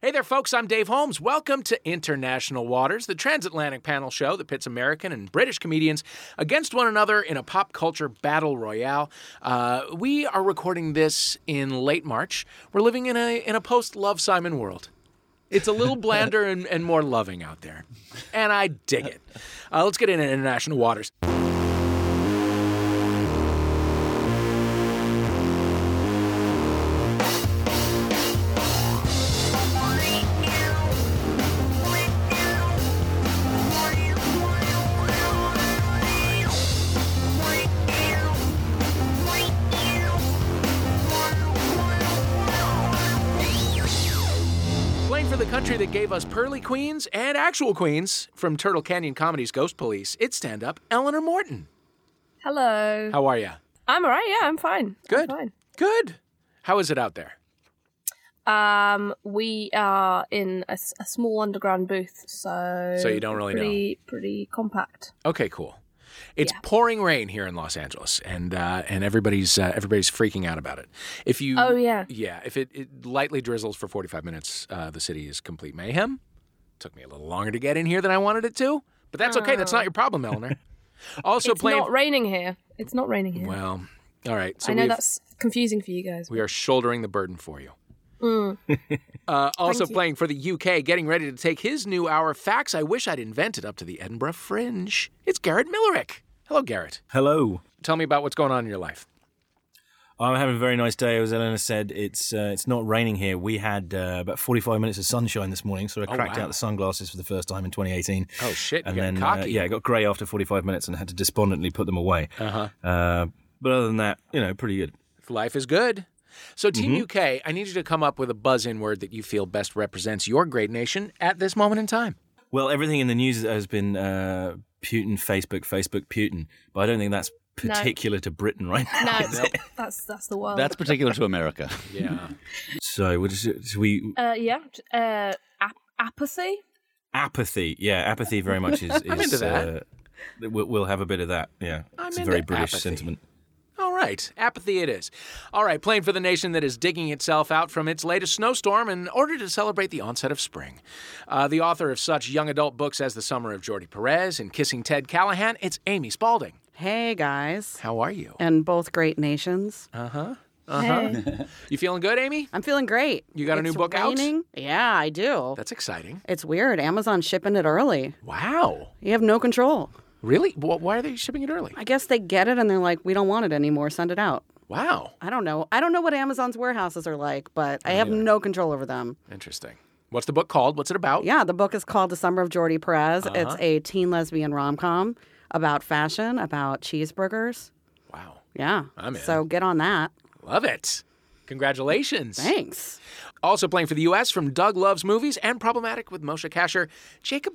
there, folks. I'm Dave Holmes. Welcome to International Waters, the transatlantic panel show that pits American and British comedians against one another in a pop culture battle royale. Uh, we are recording this in late March. We're living in a in a post Love Simon world. It's a little blander and, and more loving out there, and I dig it. Uh, let's get into international waters. Playing for the country that gave us pearly queens and actual queens from Turtle Canyon Comedy's Ghost Police, it's stand up Eleanor Morton. Hello. How are ya? I'm all right. Yeah, I'm fine. Good. I'm Good. How is it out there? fine. Um, we are in a, s- a small underground booth, so So you don't really know. pretty, know. Pretty compact. Okay, cool. It's pouring rain here in Los Angeles, and uh, and everybody's uh, everybody's freaking out about it. If you Oh, yeah. yeah, if it, it lightly drizzles for forty five minutes, uh, the city is complete mayhem. Took me a little longer to get in here than I wanted it to, but that's okay. That's not your problem, Eleanor. also Oh. It's playing not raining here. It's not raining here. well. All right, so I know we've- that's confusing for you guys. We are shouldering the burden for you. uh, also playing for the UK, getting ready to take his new hour facts I wish I'd invented up to the Edinburgh Fringe. It's Garrett Millerick. Hello, Garrett. Hello. Tell me about what's going on in your life. I'm having a very nice day. As Eleanor said, it's uh, it's not raining here. We had uh, about 45 minutes of sunshine this morning, so I cracked Oh, wow. out the sunglasses for the first time in 2018. Oh, shit, you And got then cocky. Uh, yeah, I got grey after 45 minutes and had to despondently put them away. Uh-huh. but other than that, you know, pretty good. Life is good. So, Mm-hmm. Team UK, I need you to come up with a buzz in word that you feel best represents your great nation at this moment in time. Well, everything in the news has been uh, Putin, Facebook, Facebook, Putin. But I don't think that's particular to Britain right now. No, that's that's the world. That's particular to America. Yeah. So we're just, should we uh, yeah. t- Uh, ap- apathy. apathy. Yeah, apathy very much is. is into that. Uh, we'll, we'll have a bit of that. Yeah, I'm it's a into very British apathy. sentiment. All right, apathy it is. All right, playing for the nation that is digging itself out from its latest snowstorm in order to celebrate the onset of spring. Uh, the author of such young adult books as The Summer of Jordi Perez and Kissing Ted Callahan, it's Amy Spalding. Hey guys, How are you? and both great nations. Uh, Hey. You feeling good, Amy? I'm feeling great. You got a new It's book out? raining. Yeah, I do. That's exciting. It's weird. Amazon shipping it early. Wow. You have no control. Really? Wh- Why are they shipping it early? I guess they get it and they're like, we don't want it anymore. Send it out. Wow. I don't know. I don't know what Amazon's warehouses are like, but I have no control over them. Interesting. What's the book called? What's it about? Yeah, the book is called The Summer of Jordi Perez. Uh-huh. It's a teen lesbian rom com about fashion, about cheeseburgers. Wow. Yeah. I'm in. So get on that. Love it. Congratulations. Thanks. Also playing for the U.S. from Doug Loves Movies and Problematic with Moshe Kasher, Jacob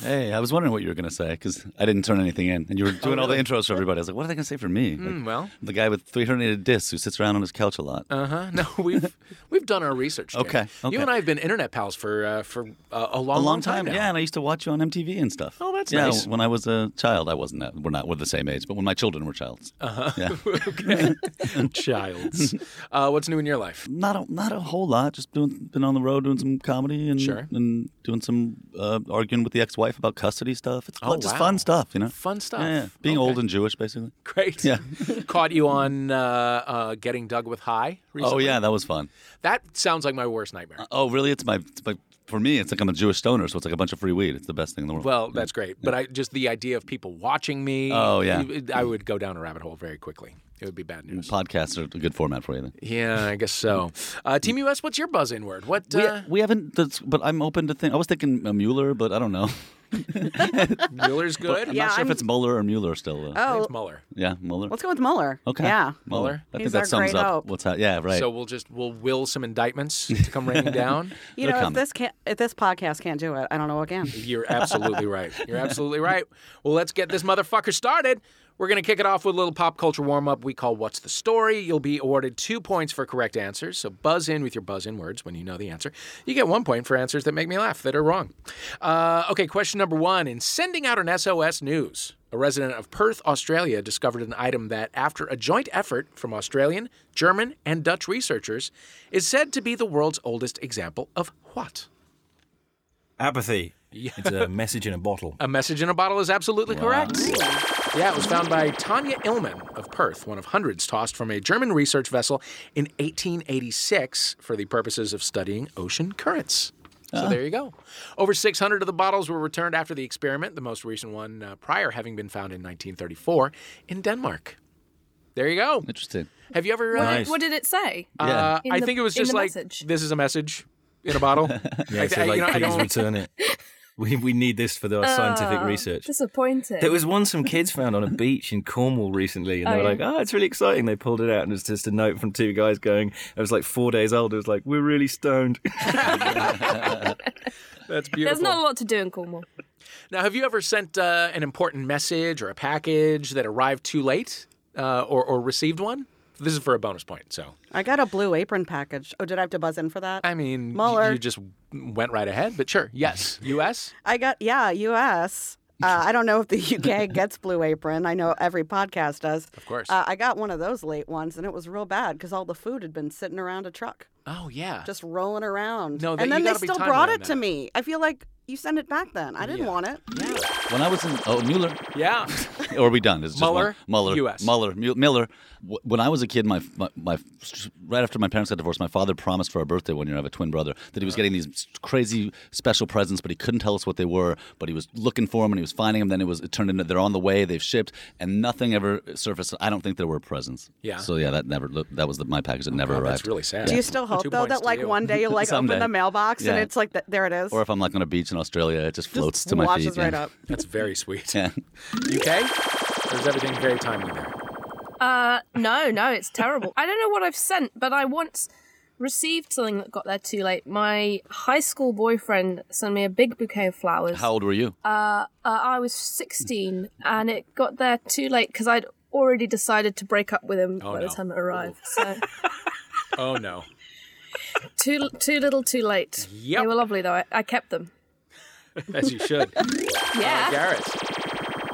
hey, I was wondering what you were going to say because I didn't turn anything in, and you Oh, were doing all the intros for everybody. I was like, what are they going to say for me? Like, Hmm, well. the guy with 380 discs who sits around on his couch a lot. Uh huh. No, we've we've done our research. Jake. Okay, okay. You and I have been internet pals for uh, for uh, a long, a long time, now. yeah. And I used to watch you on MTV and stuff. Oh, that's yeah, nice. When I was a child, I wasn't. That, we're not. We're the same age, but when my children were childs, Uh-huh. Childs. uh, what's new in your life? not a, not a whole lot. Just doing, been on the road doing some comedy and Sure. and doing some uh, arguing with the ex-wife about custody stuff. It's Oh, just wow. fun stuff, you know. Fun stuff. Yeah, yeah. being Okay. old and Jewish, basically. Great. Yeah. Caught you on uh, uh, getting dug with high. Oh Recently. yeah, that was fun. That sounds like my worst nightmare. Oh, really? It's my, it's my for me. It's like I'm a Jewish stoner, so it's like a bunch of free weed. It's the best thing in the world. well, that's great, but I just the idea of people watching me. Oh, yeah. Mm. it- I would go down a rabbit hole very quickly. It would be bad news. podcasts are a good format for you. Then. Yeah, I guess so. Uh, Team US, what's your buzz in word? What? Uh, Mm. We, we haven't, that's, but I'm open to think. I was thinking uh, Mueller, but I don't know. Mueller's good. I'm Yeah, not sure I'm- if it's Mueller or Mueller still. Uh, His Oh, name's Mueller. yeah, Mueller. let's go with Mueller. Okay. Yeah. Mueller. I He's think our that sums great up hope. what's ha- Yeah, right. So we'll just we'll will some indictments to come raining down. You They'll know, if come. this can't, if this podcast can't do it, I don't know what can. You're absolutely right. You're absolutely right. Well, let's get this motherfucker started. We're going to kick it off with a little pop culture warm up we call What's the Story? You'll be awarded two points for correct answers. So buzz in with your buzz in words when you know the answer. You get one point for answers that make me laugh that are wrong. Uh, okay, question number one. In sending out an SOS news, a resident of Perth, Australia discovered an item that, after a joint effort from Australian, German, and Dutch researchers, is said to be the world's oldest example of what? Apathy. It's a message in a bottle. A message in a bottle is absolutely correct. Yeah, it was found by Tanya Illman of Perth, one of hundreds tossed from a German research vessel in 1886 for the purposes of studying ocean currents. Ah. So there you go. Over 600 of the bottles were returned after the experiment, the most recent one uh, prior having been found in 1934 in Denmark. There you go. Interesting. Have you ever? Uh, Nice. What did it say? Yeah. uh, I the- think it was in just the like message. this is a message in a bottle. Yeah, I- so I- you like, know, I please don't- Oh, return it. We, we need this for our scientific research. Disappointed. There was one some kids found on a beach in Cornwall recently, and they Oh, were yeah. like, "Oh, it's really exciting." They pulled it out, and it was just a note from two guys going, "It was like four days old." It was like, "We're really stoned." That's There's beautiful. not a lot to do in Cornwall. Now, have you ever sent uh, an important message or a package that arrived too late, uh, or, or received one? This is for a bonus point. So, I got a blue apron package. Oh, did I have to buzz in for that? I mean, y- Mueller. you just went right ahead. But sure, yes, U.S. I got yeah, U.S. Uh, I don't know if the UK gets Blue Apron. I know every podcast does. Of course. Uh, I got one of those late ones, and it was real bad because all the food had been sitting around a truck, Oh yeah, just rolling around. No, that- and you then they gotta be still timely brought on it to that. me. I feel like you sent it back then. I didn't want it. When I was in oh Mueller, yeah. or are we done? It's just Mueller, one- Mueller, US. Mueller, Mu- Miller. W- When I was a kid, my, my my right after my parents got divorced, my father promised for our birthday one year, I have a twin brother, that he was getting these crazy special presents, but he couldn't tell us what they were. But he was looking for them and he was finding them. Then it was it turned into they're on the way, they've shipped, and nothing ever surfaced. I don't think there were presents. Yeah. So yeah, that never that was the, my package that never arrived. That's really sad. Do you still hope Two though points that to like you. one day you like Someday. open the mailbox and Yeah. it's like th- there it is. or if I'm like on a beach in Australia, it just floats Just to my washes feet. right yeah. up. That's very sweet. Yeah. UK. There's everything very timely there. Uh, no, no, it's terrible. I don't know what I've sent, but I once received something that got there too late. My high school boyfriend sent me a big bouquet of flowers. How old were you? Uh, I was 16, and it got there too late because I'd already decided to break up with him no. by the time it arrived. So Oh no. too too little, too late. Yep. They were lovely though. I, I kept them. As you should. Uh, Yeah. Garrett.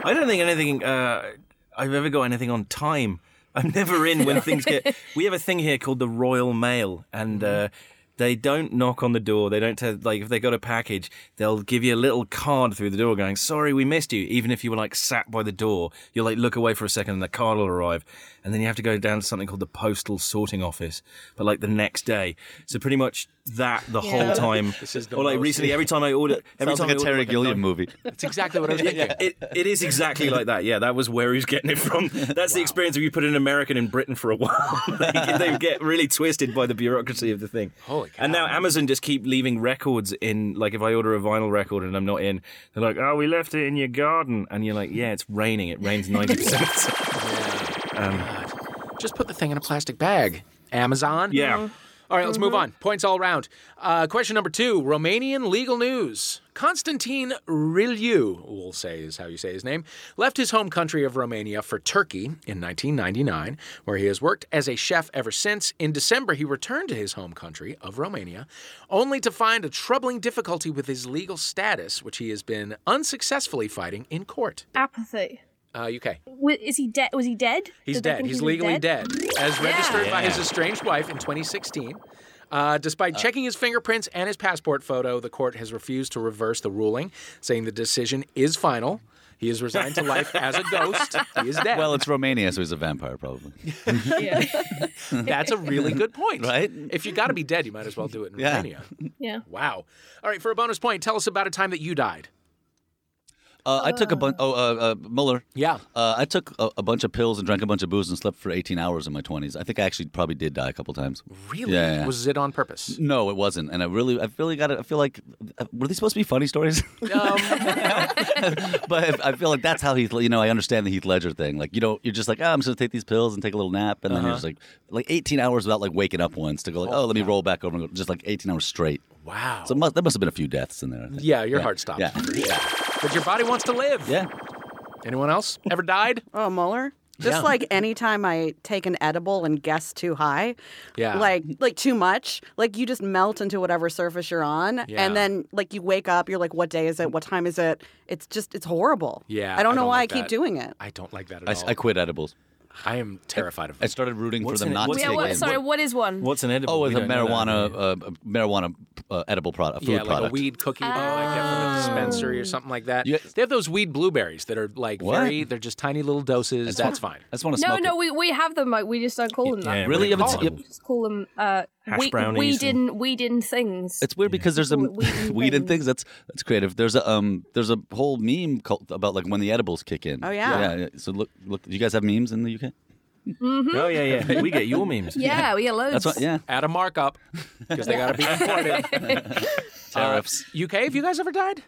I don't think anything uh, I've ever got anything on time. I'm never in when things get. We have a thing here called the Royal Mail, and uh, they don't knock on the door. They don't tell, like if they got a package, they'll give you a little card through the door going, "Sorry, we missed you." Even if you were like sat by the door, you'll like look away for a second, and the card will arrive, and then you have to go down to something called the postal sorting office, but like the next day. So pretty much that the whole time. This is the or like most- recently, every time I order, every Sounds time like a I order, Terry like, Gilliam movie. That's exactly what I was thinking. it, it is exactly like that. Yeah, that was where he was getting it from. That's the experience if you put an American in Britain for a while. they, they get really twisted by the bureaucracy of the thing. Holy cow. And now Amazon just keep leaving records in, like if I order a vinyl record and I'm not in, they're like, oh, we left it in your garden. And you're like, yeah, it's raining. It rains 90% of the time." Just put the thing in a plastic bag. Amazon. Mm-hmm. Yeah. All right, let's move on. Points all around. Uh, question number two Romanian legal news. Constantin Riliu, we'll say is how you say his name, left his home country of Romania for Turkey in 1999, where he has worked as a chef ever since. In December, he returned to his home country of Romania, only to find a troubling difficulty with his legal status, which he has been unsuccessfully fighting in court. Apathy. Uh, UK. W- Is he dead? Was he dead? He's Did they dead. think He's he was legally dead, as registered by Yeah. his estranged wife in 2016. Uh, despite checking his fingerprints and his passport photo, the court has refused to reverse the ruling, saying the decision is final. He is resigned to life as a ghost. He is dead. Well, it's Romania, so he's a vampire, probably. that's a really good point, Right? If you got to be dead, you might as well do it in Yeah. Romania. Yeah. Wow. All right, for a bonus point, tell us about a time that you died. Uh, I took a bunch. Oh, uh, uh, Mueller. Yeah. Uh, I took a, a bunch of pills and drank a bunch of booze and slept for 18 hours in my 20s. I think I actually probably did die a couple times. Really? Yeah, yeah. Was it on purpose? No, it wasn't. And I really, I really got it. I feel like, uh, were these supposed to be funny stories? but I feel like that's how Heath, you know, I understand the Heath Ledger thing. Like, you know, you're just like, oh, I'm just going to take these pills and take a little nap. And then you're just like, like 18 hours without like waking up once to go like, oh, let me roll back over and go, just like 18 hours straight. Wow. So it must, there must have been a few deaths in there. I think. yeah, your heart stopped. Yeah. But your body wants to live. Yeah. Anyone else ever died? Oh, Mueller. Just Yeah. like any time I take an edible and guess too high, Yeah. like like too much, like you just melt into whatever surface you're on, Yeah. and then like you wake up, you're like, what day is it? What time is it? It's just it's horrible. Yeah, I don't I know don't why like I keep that. doing it. I don't like that at I, all. I quit edibles. I am terrified of I it. started rooting What's for them in it? not to What's take Yeah, in what, in. sorry, what is one? What's an edible? Oh, We it's a don't know that, marijuana do we? uh, marijuana uh, edible product, food Yeah, like product. a weed cookie that you might get from a dispensary or something like that. Yeah. They have those weed blueberries that are like What? very, they're just tiny little doses. That's fine. I just want to No, smoke no, it. we, we have them. Like we just don't call them that. Yeah, Really? we If it's- call yep. them. Just call them uh, Hash we, brownies we and- didn't we didn't things. It's weird because there's a Weed and weed and things. things. That's that's creative. There's a um there's a whole meme cult about like when the edibles kick in. Oh, yeah. yeah. yeah. So look look, do you guys have memes in the UK? Oh yeah, yeah. We get your memes. yeah, we get loads. That's what. Yeah. At a markup because they got to be imported. Tariffs. UK, have you guys ever died?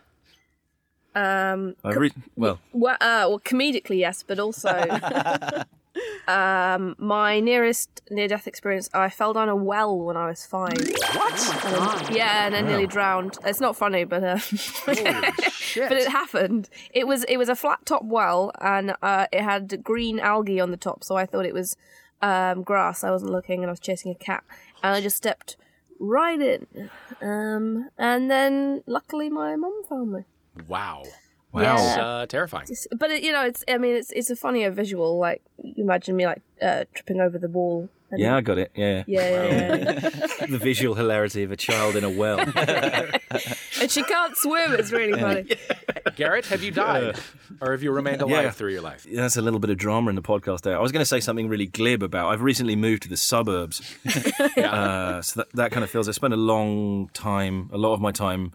Um, I re- well, well, uh, well, comedically yes, but also, um, my nearest near-death experience, I fell down a well when I was five. What? Yeah, and I nearly drowned. It's not funny, but uh, but it happened. It was it was a flat top well, and uh, it had green algae on the top, so I thought it was um, grass. I wasn't looking, and I was chasing a cat, and I just stepped right in. Um, and then luckily my mum found me. Wow. wow. It's Yeah. uh, terrifying. It's- but it, you know, it's I mean, it's it's a funnier visual. Like you imagine me like uh, tripping over the wall. And, Yeah, I got it. Yeah. Yeah, yeah, yeah. the visual hilarity of a child in a well. and she can't swim. It's really funny. Garrett, have you died? Or have you remained alive Yeah. through your life? That's a little bit of drama in the podcast there. I was going to say something really glib about. I've recently moved to the suburbs, uh, so that, that kind of feels. I spend a long time, a lot of my time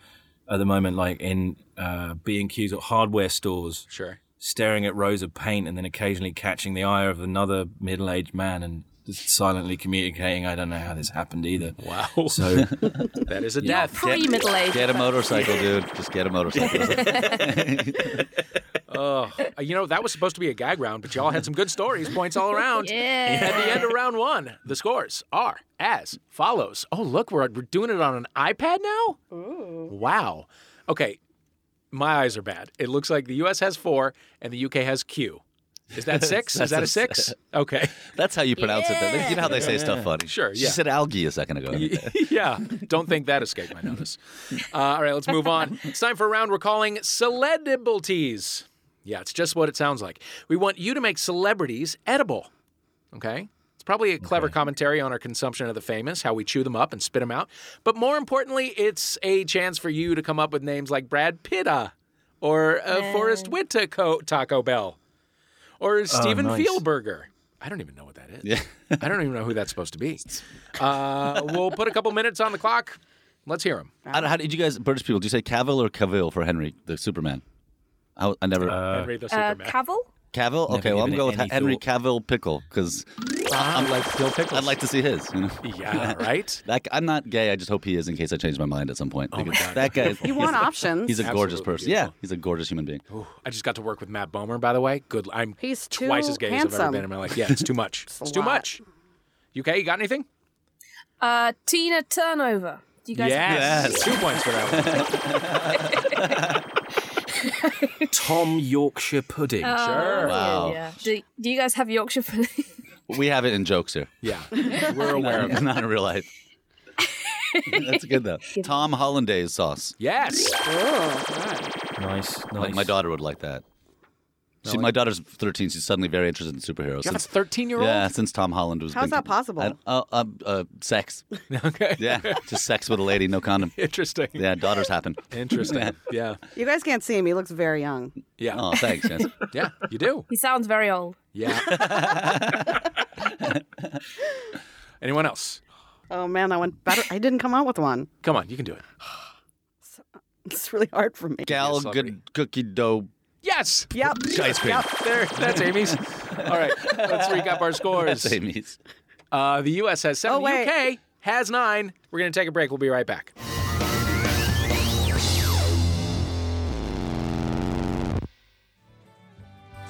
at the moment, like in uh, B and Q's or hardware stores, Sure. staring at rows of paint, and then occasionally catching the eye of another middle-aged man and just silently communicating. I don't know how this happened either. Wow. So that is a death. Pre middle age. Get a motorcycle, dude. Just get a motorcycle. Oh, you know, that was supposed to be a gag round, but y'all had some good stories, points all around. Yeah. At the end of round one, the scores are as follows. Oh, look, we're, we're doing it on an iPad now? Wow. Okay, my eyes are bad. It looks like the US has four and the UK has Q. Is that six? is that a six? Okay. That's how you pronounce it. Then. You know how they say stuff funny. Sure, She yeah. said algae a second ago. yeah, don't think that escaped my notice. Uh, all right, let's move on. It's time for a round we're calling celebrities. Yeah, it's just what it sounds like. We want you to make celebrities edible. Okay? It's probably a clever commentary on our consumption of the famous, how we chew them up and spit them out. But more importantly, it's a chance for you to come up with names like Brad Pitta or uh, Forrest Whitaker Taco Bell or Steven nice. Spielberger. I don't even know what that is. I don't even know who that's supposed to be. Uh, we'll put a couple minutes on the clock. Let's hear him. I don't, how did you guys British people? Do you say Cavill or Cavill for Henry the Superman? I, I never Henry the Uh, Superman. Cavill. Cavill. Okay, well I'm given going with any Henry thought. Cavill Pickle because I'm like Bill Pickles. I'd like to see his. You know. yeah, right? That, I'm not gay. I just hope he is in case I change my mind at some point. Oh because that guy. You want options. He's a gorgeous Absolutely person. beautiful. Yeah, he's a gorgeous human being. Ooh, I just got to work with Matt Bomer, by the way. Good. I'm He's too twice as gay as I've ever handsome. been in my life. Yeah, it's too much. it's a too lot. much. UK, you got anything? Uh, Tina Turnover. Do you guys? Yes. Two points for that one. Tom Yorkshire pudding. Uh, Oh. Sure. Wow. Yeah. Do, do you guys have Yorkshire pudding? We have it in jokes here. Yeah. We're aware of it. Not in real life. That's good though. Tom Hollandaise sauce. Yes. nice, Oh, nice. Like my daughter would like that. She, No, my daughter's 13. She's suddenly very interested in superheroes. You have a Since, 13 year old? yeah, since Tom Holland was. How's been- that possible? I- Uh, uh, uh, sex. Okay. Yeah, just sex with a lady, no condom. Interesting. Yeah, daughters happen. Interesting. Yeah. You guys can't see him. He looks very young. Yeah. Oh, thanks, guys. Yeah. You do. he sounds very old. Yeah. Anyone else? Oh man, that one better. I didn't come out with one. Come on, you can do it. It's really hard for me. Gal, celebrity. good cookie dough Yes. Yep. ice cream. There, that's Amy's. All right, let's recap our scores. Amy's. Uh, the U.S. has seven. Oh, wait. the UK has nine. We're going to take a break. We'll be right back.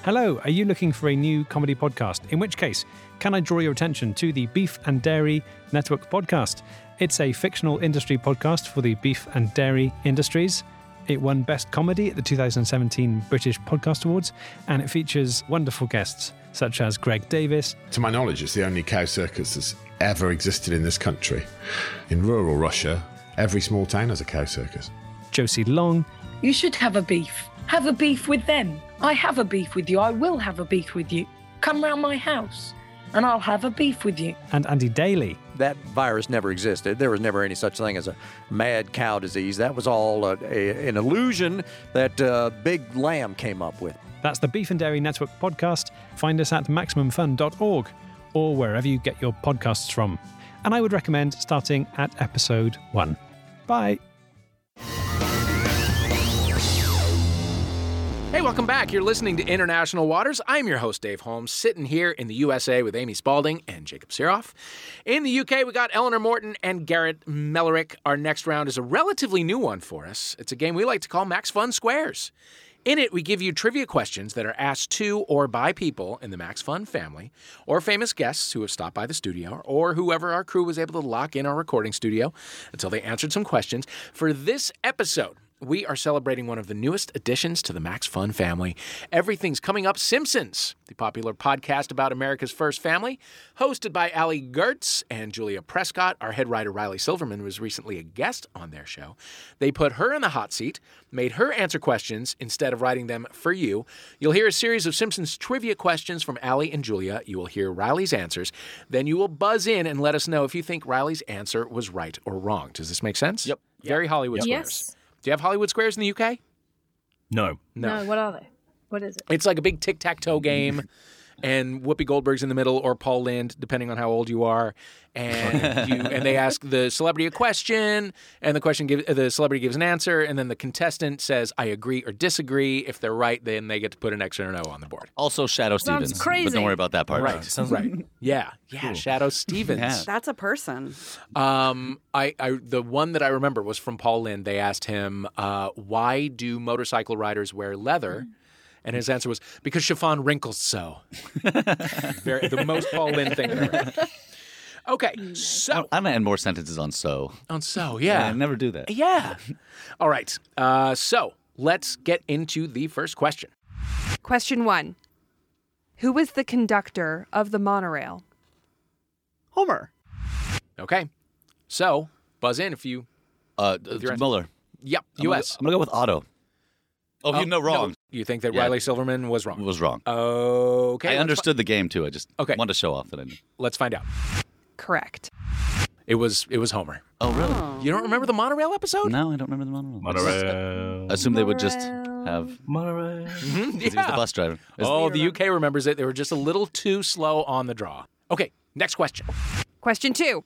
Hello, are you looking for a new comedy podcast? In which case, can I draw your attention to the Beef and Dairy Network podcast? It's a fictional industry podcast for the beef and dairy industries. It won Best Comedy at the 2017 British Podcast Awards, and it features wonderful guests such as Greg Davis, To my knowledge, it's the only cow circus that's ever existed in this country. In rural Russia, every small town has a cow circus. Josie Long, You should have a beef. Have a beef with them. I have a beef with you. I will have a beef with you. Come round my house and I'll have a beef with you. and Andy Daly. That virus never existed. There was never any such thing as a mad cow disease. That was all a, a, an illusion that uh, Big Lamb came up with. That's the Beef and Dairy Network podcast. Find us at MaximumFun.org or wherever you get your podcasts from. And I would recommend starting at episode one. Bye. Hey, welcome back. You're listening to International Waters. I'm your host, Dave Holmes, sitting here in the USA with Amy Spalding and Jacob Siroff. In the UK, we got Eleanor Morton and Garrett Mellerick. Our next round is a relatively new one for us. It's a game we like to call Max Fun Squares. In it, we give you trivia questions that are asked to or by people in the Max Fun family, or famous guests who have stopped by the studio, or whoever our crew was able to lock in our recording studio until they answered some questions. For this episode, we are celebrating one of the newest additions to the Max Fun family. Everything's coming up Simpsons, the popular podcast about America's first family, hosted by Ali Gertz and Julia Prescott. Our head writer Riley Silverman was recently a guest on their show. They put her in the hot seat, made her answer questions instead of writing them for you. You'll hear a series of Simpsons trivia questions from Ali and Julia. You will hear Riley's answers. Then you will buzz in and let us know if you think Riley's answer was right or wrong. Does this make sense? Yep. Very Hollywood squares. Yes. Do you have Hollywood Squares in the UK? No. No. No. What are they? What is it? It's like a big tic tac toe game, and Whoopi Goldberg's in the middle, or Paul Lind, depending on how old you are, and you and they ask the celebrity a question, and the question gives the celebrity gives an answer, and then the contestant says I agree or disagree. If they're right, then they get to put an X or an O on the board. Also, Shadow Sounds Stevens. But crazy. don't worry about that part. Right. Sounds right. Yeah. Yeah. Shadow Yeah. Stevens. That's a person. Um, I, I the one that I remember was from Paul Lind. They asked him, uh, "Why do motorcycle riders wear leather?" And his answer was, "Because chiffon wrinkles so." Very, the most Paul Lind thing. I've ever heard. Okay, so I'm gonna end more sentences on so. on so I yeah, never do that. yeah. All right, uh, so let's get into the first question. Question one Who was the conductor of the monorail? Homer. Okay, so buzz in if you. Uh, your answer. Muller. Yep, I'm gonna U.S. go- I'm gonna go with Otto. Oh, you know wrong. You think that Yeah. Riley Silverman was wrong? Was wrong. Okay, I let's fi- understood the game too. I just Okay. wanted to show off that I knew. Let's find out. Correct. It was it was Homer. Oh, really? You don't remember the monorail Oh. episode? No, I don't remember the monorail. Monorail. I assume they would just have. Monorail. Because he was the bus driver. Is- Oh, the UK remembers it. They were just a little too slow on the draw. Okay, next question. Question two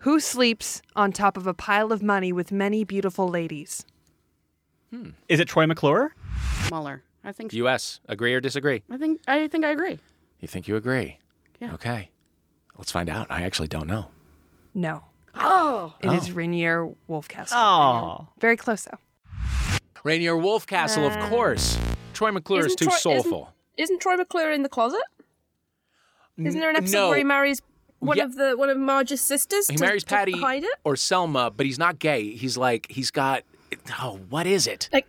Who sleeps on top of a pile of money with many beautiful ladies? Is it Troy McClure? Muller. I think. US, agree or disagree? I think. I think I agree. You think you agree? Yeah. Okay. Let's find out. I actually don't know. No. Oh. it is Rainier Wolfcastle. Oh. Very close, though. Rainier Wolfcastle, of course. Troy McClure is Isn't too Troy- soulful. Isn't Troy McClure in the closet? Isn't there an episode no. where he marries one Yeah. of the one of Marge's sisters? He to- marries to Patty hide it. or Selma, but he's not gay. He's like he's got oh, what is it? Like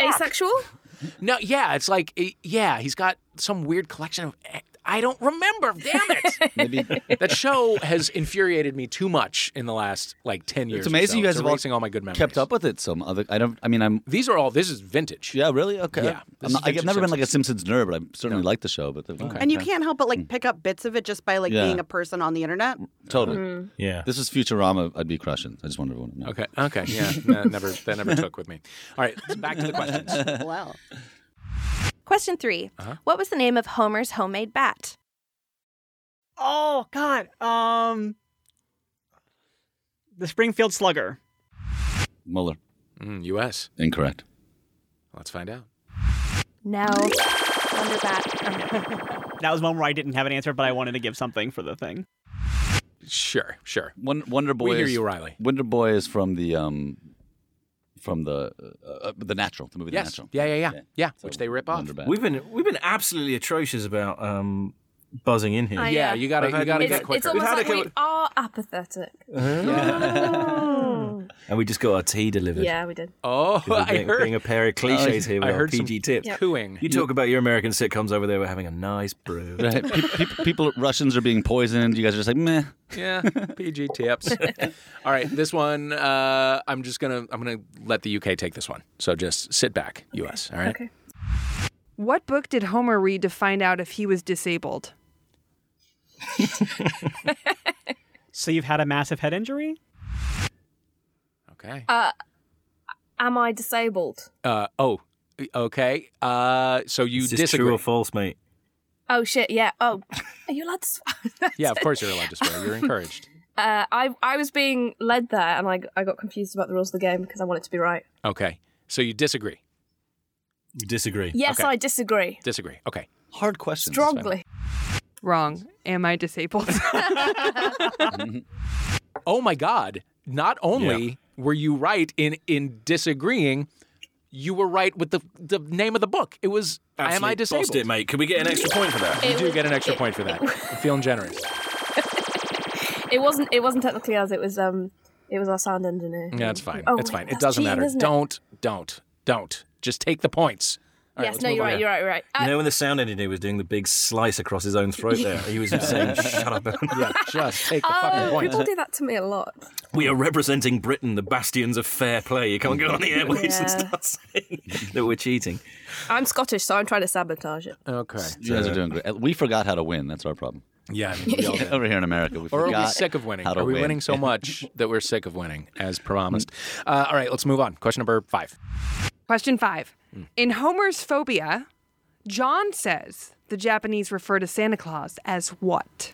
asexual? No, yeah, it's like eh, yeah, he's got some weird collection of eh, I don't remember. Damn it. Maybe. that show has infuriated me too much in the last like 10 years. It's amazing or so. you guys have all erasing all my good memories. kept up with it. Some other. I don't. I mean, I'm. These are all this is vintage. Yeah, really? Okay. Yeah. This I'm is not, I've Vintage never been like a Simpsons nerd, but I certainly like the show. But the, okay. Hmm. And you can't help but like pick up bits of it just by like Yeah. being a person on the internet. Totally. Yeah. This is Futurama. I'd be crushing. I just wanted everyone to know. Mm. Okay. Okay. Yeah. that never that never took with me. All right, back to the questions. Well. Question 3 What was the name of Homer's homemade bat? Oh God. Um. The Springfield Slugger. Muller. Mm, US. Incorrect. Let's find out. No. Wonder bat. That was one where I didn't have an answer, but I wanted to give something for the thing. Sure. Sure. Won- Wonder Boy. We hear is, you, Riley. Wonder Boy is from the um, from the uh, uh, the Natural, the movie Yes. The Natural. Yeah, yeah, yeah. Yeah, which So, they rip off. Wonder Bat. We've been we've been absolutely atrocious about um, buzzing in here. I- Yeah, Yeah. you got to I've you had- got to It's- get It's, it's quicker. almost had like a we go- are apathetic. and we just got our tea delivered. Yeah, we did. Oh, We're I Being, being heard a pair of cliches here with I our heard some- PG tips. cooing. You talk about your American sitcoms over there. We're having a nice brew. Right. Pe- pe- people, Russians are being poisoned. You guys are just like meh. Yeah, PG tips. All right, this one uh, I'm just going to I'm going to let the UK take this one. So just sit back, US, all right? What book did Homer read to find out if he was disabled? So you've had a massive head injury? Okay. Uh, am I disabled? Uh, oh, okay. Uh, so you Is this disagree? true or false, mate? Oh shit! Yeah. Oh, are you allowed to? swear? Yeah, of course you're allowed to swear. You're encouraged. Uh, I I was being led there, and I I got confused about the rules of the game because I want it to be right. Okay. So you disagree? You disagree. Yes, I disagree disagree. Okay. Hard question. strongly. Wrong. Am I disabled? Oh my God! Not only were you right in in disagreeing, you were right with the the name of the book. It was "Am I Absolute Disabled?" Bust it, mate. Could we get an extra point for that? You It do was- get an extra it- point for that. I'm feeling generous. It wasn't it wasn't technically us. It was um it was our sound engineer. Yeah, it's fine. Oh, it's fine. It that's doesn't cheating, matter. isn't it? Don't, don't, don't. Just take the points. All yes, let's no, move you're on right, here. you're right. You're right. Uh, You know when the sound engineer was doing the big slice across his own throat there, he was saying, "Shut up." yeah, just take oh, people do that to me a lot. We are representing Britain, the bastions of fair play. You can't go on the airwaves Yeah. and start saying that we're cheating. I'm Scottish, so I'm trying to sabotage it. Okay. You guys are doing great. We forgot how to win. That's our problem. Yeah, I mean, we all did. over here in America, we Or are we forgot sick of winning? How to Are we win. winning so much that we're sick of winning, as promised? Uh, all right, let's move on. Question number five. Question five. Hmm. In Homer's Phobia, John says the Japanese refer to Santa Claus as what?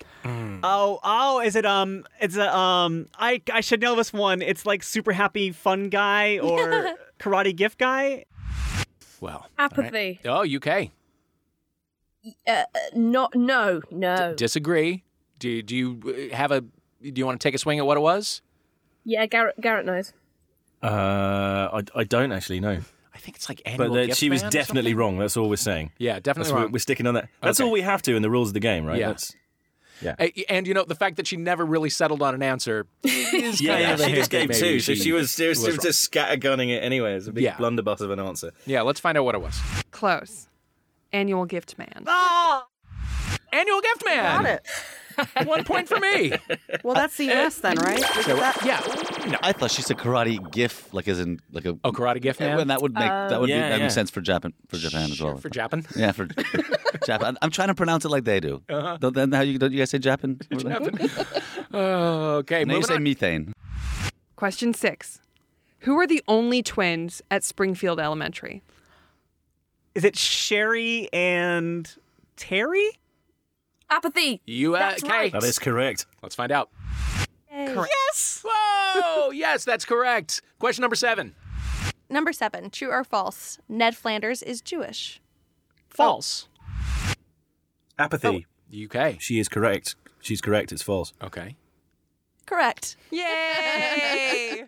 Oh, oh, is it um it's a um I I should know this one. It's like super happy fun guy or karate gift guy. Well, Apathy. all right. Oh, UK. Uh, uh, not no no. Disagree. Do, do you uh, have a? Do you want to take a swing at what it was? yeah, Garrett Garrett knows. Uh, I, I don't actually know. I think it's like But annual. that gift she was ban or definitely something? wrong. That's all we're saying. Yeah, definitely That's what- wrong. We're sticking on that. That's all we have to in the rules of the game, right? Yeah. That's- yeah. A- And you know the fact that she never really settled on an answer is yeah, kind yeah, of a she hint just that gave maybe two, so she was, she was, was wrong. just scattergunning it anyway. It was a big Yeah. blunderbuss of an answer. Yeah, let's find out what it was. Close. Annual gift man. Annual gift man. Got it. One point for me. Well, that's the yes then, right? So, uh, yeah. I thought she said karate gif, like as in like a oh karate gif man. And that would make that would be, Oh. that Yeah, yeah. makes sense for Japan for Japan as well. For Japan. yeah, for Japan. I'm trying to pronounce it like they do. Uh-huh. Don't, then how you don't you guys say Japan? Japan. Oh, okay. Now you moving say on. methane. Question six. Who are the only twins at Springfield Elementary? Is it Sherry and Terry? Apathy. You, uh, That's Kay. right. That is correct. Let's find out. Correct. Yes. Whoa. yes, that's correct. Question number seven. Number seven, true or false? Ned Flanders is Jewish. False. Apathy. UK. Oh. She is correct. She's correct. It's false. Okay. Correct. Yay!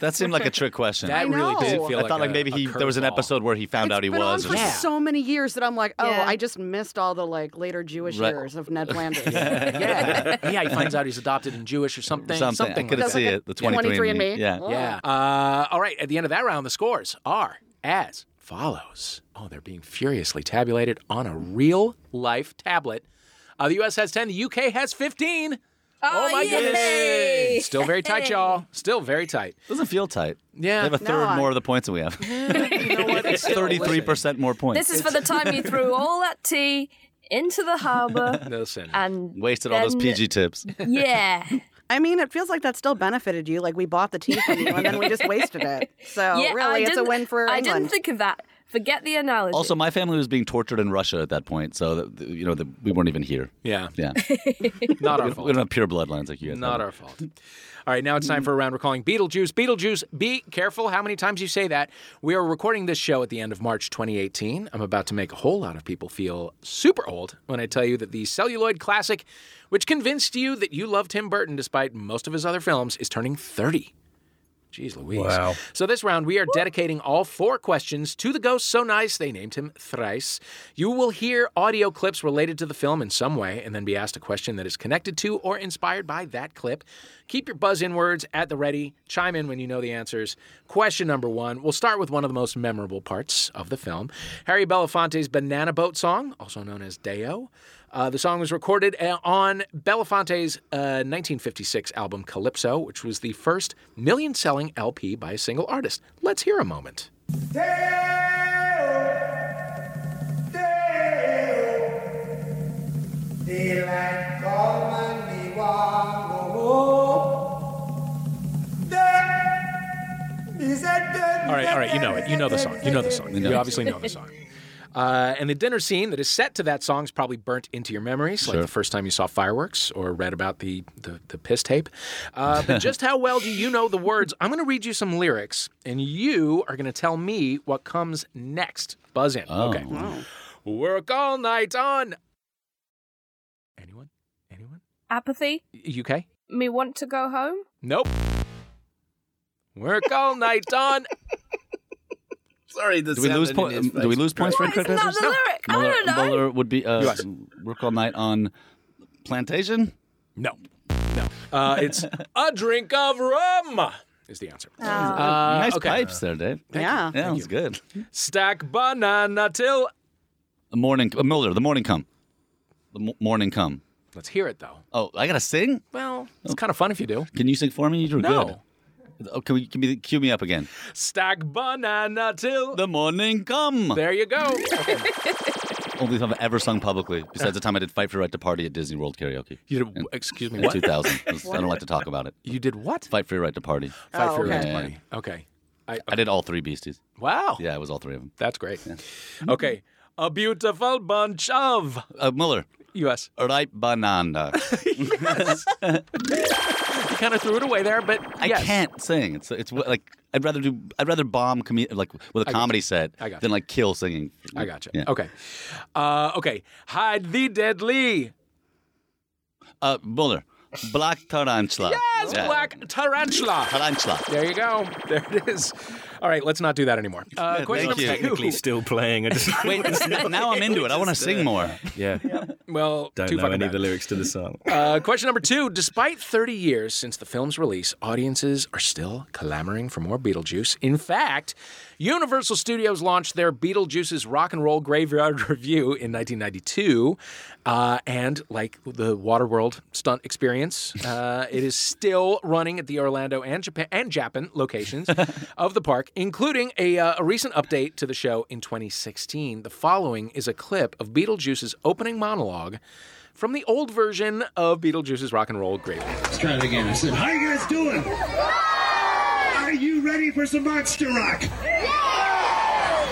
That seemed like a trick question. That really did know. feel I like thought like a- maybe a he there was an curveball. episode where he found out he Been was. on or for something. so many years that I'm like, oh, Yeah. I just missed all the like later Jewish Right. years of Ned Flanders. yeah. yeah, he finds out he's adopted and Jewish or something. Something. I could like have that. seen it. The 23, 23 and and me. me. Yeah. Oh. Yeah. Uh, all right. At the end of that round, the scores are as follows. Oh, they're being furiously tabulated on a real life tablet. Uh, the US has 10, the UK has 15. Oh, my yay. goodness. Still very tight, y'all. Still very tight. Doesn't feel tight. Yeah. They have a No, third I- more of the points than we have. It's 33% more points. This is for the time you threw all that tea into the harbour Listen. and Wasted all those then- PG tips. Yeah, I mean, it feels like that still benefited you. Like we bought the tea from you and then we just wasted it. Oh, So yeah. I really, it's a didn't- win for I England. didn't think of that. Forget the analogy. Also, my family was being tortured in Russia at that point, so that, you know that we weren't even here. Yeah. Yeah, Not we our don't we don't fault. have pure bloodlines like you guys. have. Not our fault. All right, now it's time for a round we're calling Beetlejuice. Beetlejuice, be careful how many times you say that. We are recording this show at the end of March 2018. I'm about to make a whole lot of people feel super old when I tell you that the celluloid classic, which convinced you that you love Tim Burton despite most of his other films, is turning 30. Jeez Louise. Wow. So this round, we are dedicating all four questions to the ghost so nice they named him Thrice. You will hear audio clips related to the film in some way and then be asked a question that is connected to or inspired by that clip. Keep your buzz in words at the ready. Chime in when you know the answers. Question number one. We'll start with one of the most memorable parts of the film. Harry Belafonte's Banana Boat song, also known as Deo. Uh, the song was recorded uh, on Belafonte's uh, 1956 album Calypso, which was the first million selling LP by a single artist. Let's hear a moment. All right, all right. You know it. You know the song. You know the song. You obviously know the song. Uh, and the dinner scene that is set to that song is probably burnt into your memories, like Sure. the first time you saw fireworks or read about the the, the piss tape. Uh, but just how well do you know the words? I'm going to read you some lyrics, and you are going to tell me what comes next. Buzz in. Oh. Okay. Work all night on Apathy? UK. Me want to go home? Nope. Work all night on. Sorry, this Do we lose points? Do we lose points for incorrect Isn't that answers? the lyric? I Muller, don't know. Muller would be uh, Yes. work all night on plantation. No, no. Uh, it's a drink of rum is the answer. Ah. Uh, nice okay. pipes there, Dave. yeah, yeah, that was good. Stack banana till. The morning, uh, Muller. The morning come. The mo- morning come. Let's hear it though. Oh, I gotta sing. Well, it's kind of fun if you do. Can you sing for me? You're No. good. Oh, can we can we cue me up again? Stack banana till the morning come. There you go. Only time I've ever sung publicly, besides the time I did "Fight for Your Right to Party" at Disney World karaoke. You did, excuse me, in what? 2000. I don't like to talk about it. You did what? Fight for your right to party. Oh, Fight for your right Yeah. to party. Okay. I, uh, I did all three beasties. Wow. Yeah, it was all three of them. That's great. Okay. A beautiful bunch of. Uh, Muller. U.S. Right banana. You kind of threw it away there, but I yes. can't sing. It's it's wh- like I'd rather do. I'd rather bomb com- like with a I got comedy you. set I got than you. like kill singing. I gotcha. Yeah. Okay. Uh, okay. Hide the deadly. Uh, Muller. Black tarantula. Yes, Yeah. black tarantula. Tarantula. There you go. There it is. All right, let's not do that anymore. Uh, question Thank number you. two. Technically still playing. I just Wait, n- now I'm into it. I want to sing more. yeah. Well, Don't too know fucking any bad. of the lyrics to the song. Uh, question number two. Despite 30 years since the film's release, audiences are still clamoring for more Beetlejuice. In fact, Universal Studios launched their Beetlejuice's Rock and Roll Graveyard Review in 1992. Uh, and like the Waterworld stunt experience, uh, it is still running at the Orlando and Japan, and Japan locations of the park, including a, uh, a recent update to the show in 2016. The following is a clip of Beetlejuice's opening monologue from the old version of Beetlejuice's Rock and Roll Graveyard. Let's try it again. I said, How you guys doing? Are you ready for some monster rock?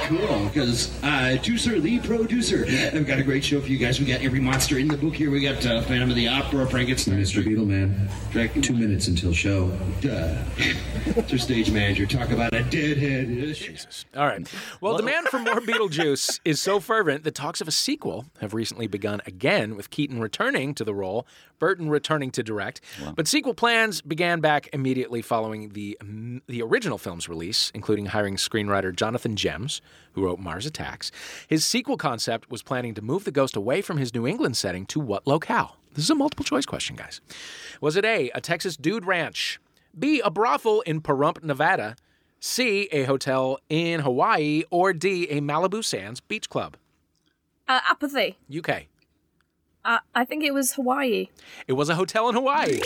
Cool, because I, Juicer, the producer, I've got a great show for you guys. We got every monster in the book here. We got uh, Phantom of the Opera, Frankenstein, Mr. Beetleman. Fact, two minutes until show. Duh. It's your stage manager. Talk about a deadhead. Jesus. All right. Well, demand for more Beetlejuice is so fervent that talks of a sequel have recently begun again, with Keaton returning to the role, Burton returning to direct. But sequel plans began back immediately following the the original film's release, including hiring screenwriter Jonathan Gems, who wrote Mars Attacks. His sequel concept was planning to move the ghost away from his New England setting to what locale? This is a multiple choice question, guys. Was it A, a Texas dude ranch? B, a brothel in Pahrump, Nevada? C, a hotel in Hawaii, or D, a Malibu Sands beach club, Uh, apathy. UK. Uh, I think it was Hawaii. It was a hotel in Hawaii.